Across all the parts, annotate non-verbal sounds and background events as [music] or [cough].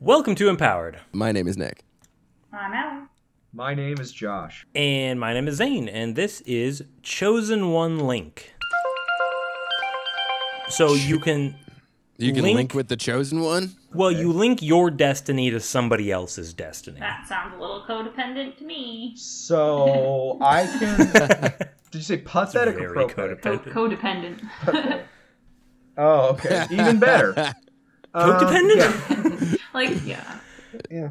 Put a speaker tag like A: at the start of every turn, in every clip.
A: Welcome to Empowered.
B: My name is Nick.
C: I'm Ellen.
D: My name is Josh.
A: And my name is Zane, and this is Chosen One Link. So you can,
B: You can
A: Link.
B: link, with the chosen one.
A: well, you link your destiny to somebody else's destiny.
C: That sounds a little codependent to me.
D: So I
A: [laughs]
D: can. Did you say pathetic or
A: Very
D: prophetic?
C: Co-
A: codependent.
C: codependent.
D: Oh, okay.
A: [laughs]
B: [laughs]
D: Even better. Um,
A: Codependent?
D: yeah,
C: [laughs] like, yeah.
D: yeah.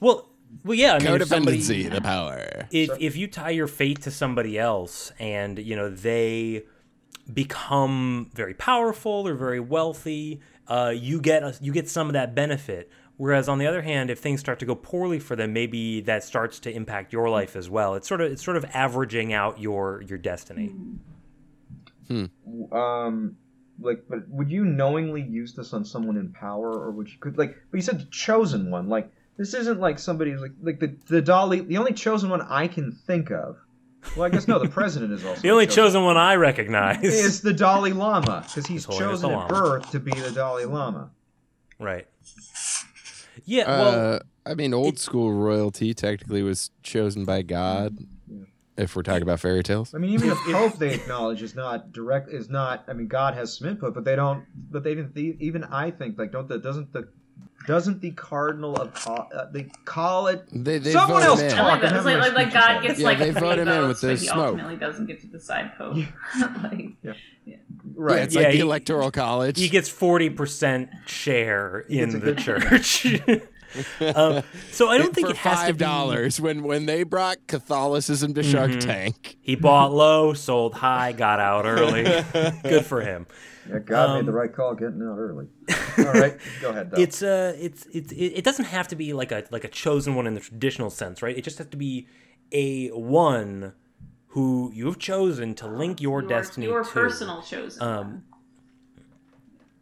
A: Well, well, yeah. I mean, if somebody- [laughs]
B: Codependency, the power.
A: if if you tie your fate to somebody else and you know they become very powerful or very wealthy uh, you get a, you get some of that benefit whereas on the other hand if things start to go poorly for them maybe that starts to impact your life as well it's sort of it's sort of averaging out your your destiny
D: Mm. Um, like, but would you knowingly use this on someone in power, or would you could like? But you said the chosen one. Like, this isn't like somebody who's like like the the dolly. The only chosen one I can think of. Well, I guess no. The
A: [laughs]
D: president is also
A: the only
D: chosen.
A: chosen one i recognize
D: is the Dalai Lama because
A: His
D: he's
A: Holiness
D: chosen
A: the
D: at
A: Lama.
D: birth to be the Dalai Lama.
A: [laughs] right yeah well
B: Uh, I mean, old school royalty technically was chosen by God. If we're talking about fairy tales,
D: I mean, even the Pope they acknowledge is not direct. Is not. I mean, God has some input, but they don't. But they even the- even I think like don't the doesn't the doesn't the cardinal of Col- uh, they call it
B: they they
D: Someone
B: vote
D: else
B: him in.
C: I like that.
D: I'm
C: It's like, like, like
D: having my speech
C: God
D: out.
C: gets
B: Yeah,
C: like
B: they
C: three
B: vote him in
C: votes,
B: with
C: but
B: the
C: he
B: smoke.
C: ultimately doesn't get to decide Pope. [laughs] like,
D: right.
B: Yeah, it's
A: Yeah,
B: like the
A: he-
B: electoral college.
A: he gets 40% share
D: gets
A: in
D: a
A: the
D: good-
A: church [laughs] um, so i don't think
B: for
A: it has to
B: five
A: be
B: dollars when when they brought Catholicism to Shark
A: Mm-hmm.
B: Tank.
A: He bought low, sold high, got out early. Good for him.
D: Yeah, God
B: Um,
D: made the right call getting
B: [laughs]
D: out early. All right, go ahead. Though.
A: It's uh it's it's it it doesn't have to be like a like a chosen one in the traditional sense, right? It just has to be a one who you have chosen to link your,
C: your,
A: destiny Um,
C: your
A: to.
C: personal chosen. one.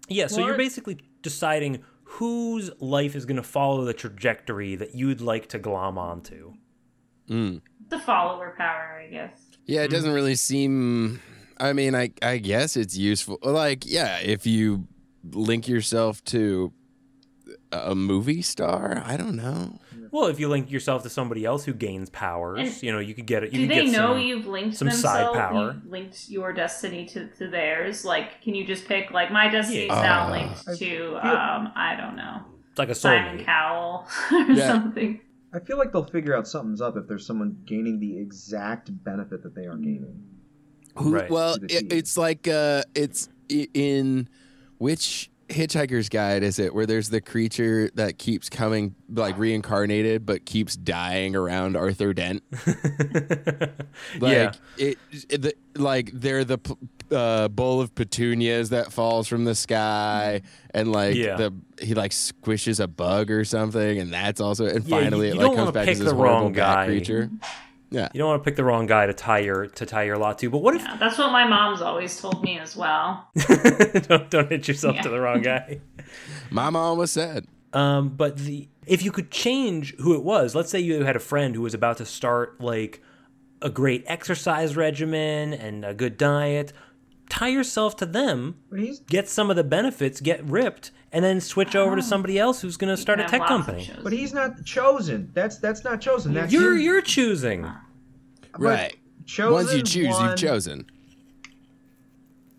A: Yeah, so you're
C: What?
A: basically deciding whose life is going to follow the trajectory that you'd like to glom onto.
B: Mm.
C: the follower power, I guess.
B: Yeah, it doesn't really seem. I mean, I I guess it's useful. Like, yeah, if you link yourself to a movie star, I don't know.
A: Well, if you link yourself to somebody else who gains powers,
C: And
A: you know, you could get it. You
C: Do
A: could
C: they
A: get
C: know
A: some-
C: you've linked
A: some side
C: themselves?
A: power.
C: You've linked your destiny to, to theirs. Like, can you just pick like my destiny's now
B: Uh,
C: linked to um I don't know
A: It's like a
C: Simon
A: soulmate.
C: Cowell [laughs] or
B: Yeah.
C: something.
D: I feel like they'll figure out something's up if there's someone gaining the exact benefit that they are gaining.
B: Who,
A: Right.
B: Well,
D: To the
B: it,
D: team.
B: it's like uh, it's i- in which Hitchhiker's Guide is it where there's the creature that keeps coming, like reincarnated, but keeps dying around Arthur Dent.
A: [laughs]
B: Like
A: yeah.
B: it, it the, like they're the p- uh, bowl of petunias that falls from the sky, and like
A: Yeah.
B: the he like squishes a bug or something, and that's also and
A: Yeah, you-
B: finally
A: you
B: it
A: don't
B: like
A: wanna
B: comes back
A: pick
B: as this
A: the
B: horrible
A: wrong
B: bat
A: guy.
B: creature.
A: You don't want to pick the wrong guy to tie your to tie your lot to. But what if
C: Yeah, that's what my mom's always told me as well.
A: [laughs] don't don't hit yourself to
C: Yeah.
A: the wrong
C: [laughs]
A: guy?
B: Mama almost said,
A: Um, but the if you could change who it was, let's say you had a friend who was about to start like a great exercise regimen and a good diet, tie yourself to them,
D: But he's
A: get some of the benefits, get ripped, and then switch over to somebody else who's going to start a
C: Oh. Have
A: tech
C: lots of
A: company.
C: shows.
D: but he's not chosen. That's that's not chosen. That's
A: You're
D: him.
A: you're choosing.
D: But
B: right.
D: Chosen
B: Once you choose,
D: one-
B: you've chosen.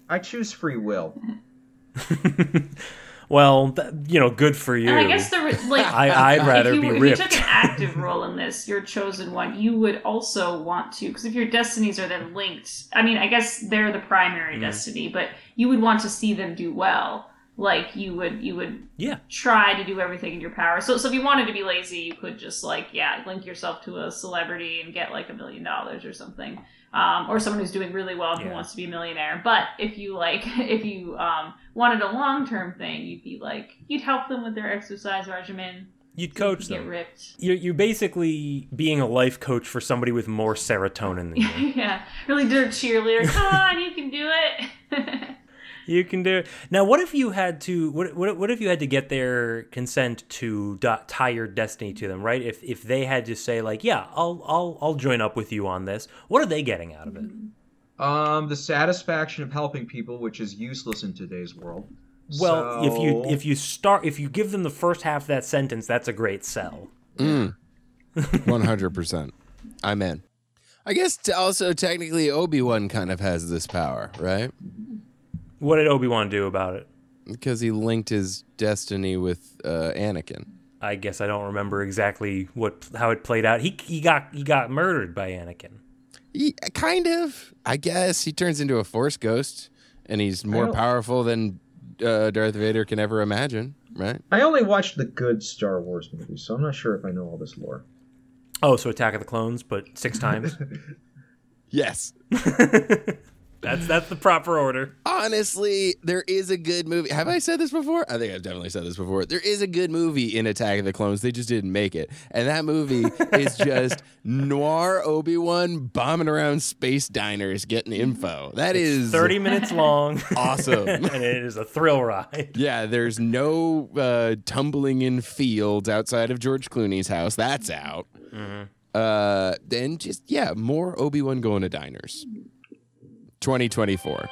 D: I choose free will.
A: Well, th- you know, good for you.
C: And I guess there was
A: [laughs]
C: [laughs] like
A: I, would rather
C: if you,
A: be
C: were- if
A: ripped.
C: you took an
A: [laughs]
C: active role in this, your chosen one, you would also want to, because if your destinies are then linked, I mean, I guess they're the
A: Mm-hmm.
C: primary destiny, but you would want to see them do well. Like you would, you would
A: yeah.
C: try to do everything in your power. So, so if you wanted to be lazy, you could just like, yeah, link yourself to a celebrity and get like a million dollars or something, um, or someone who's doing really well and
A: Yeah.
C: who wants to be a millionaire. But if you like, [laughs] if you um, wanted a long term thing, you'd be like, you'd help them with their exercise regimen,
A: You'd coach
C: get
A: them.
C: ripped. [laughs]
A: You're, you're basically being a life coach for somebody with more serotonin than
C: [laughs]
A: you.
C: yeah, really
A: [laughs]
C: dirt cheerleader. Come on, you can do it. [laughs]
A: you can do it. Now, what if you had to? What, what, what if you had to get their consent to do, tie your destiny to them? Right? If if they had to say like, yeah, I'll I'll I'll join up with you on this. What are they getting out of it?
D: Um, the satisfaction of helping people, which is useless in today's world.
A: Well, if you
D: So-
A: if you start if you give them the first half of that sentence, that's a great sell.
B: One hundred percent. I'm in. I guess t- also technically Obi Wan kind of has this power, right?
A: What did Obi Wan do about it?
B: Because he linked his destiny with uh, Anakin.
A: I guess I don't remember exactly what how it played out. He he got he got murdered by Anakin.
B: He, kind of, I guess. He turns into a Force ghost, and he's more
D: don't-
B: powerful than uh, Darth Vader can ever imagine, right?
D: I only watched the good Star Wars movies, so I'm not sure if I know all this lore.
A: Oh, so Attack of the Clones, but six times.
B: Yes.
A: that's that's the proper order.
B: Honestly, there is a good movie. Have I said this before? I think I've definitely said this before. There is a good movie in Attack of the Clones. They just didn't make it. And that movie is just noir Obi Wan bombing around space diners getting info. That is
A: Thirty minutes long,
B: [laughs]
A: [laughs]
B: awesome.
A: and it is a thrill ride.
B: yeah, there's no uh, tumbling in fields outside of George Clooney's house. That's out. Uh, then just, yeah, more Obi Wan going to diners. 2024.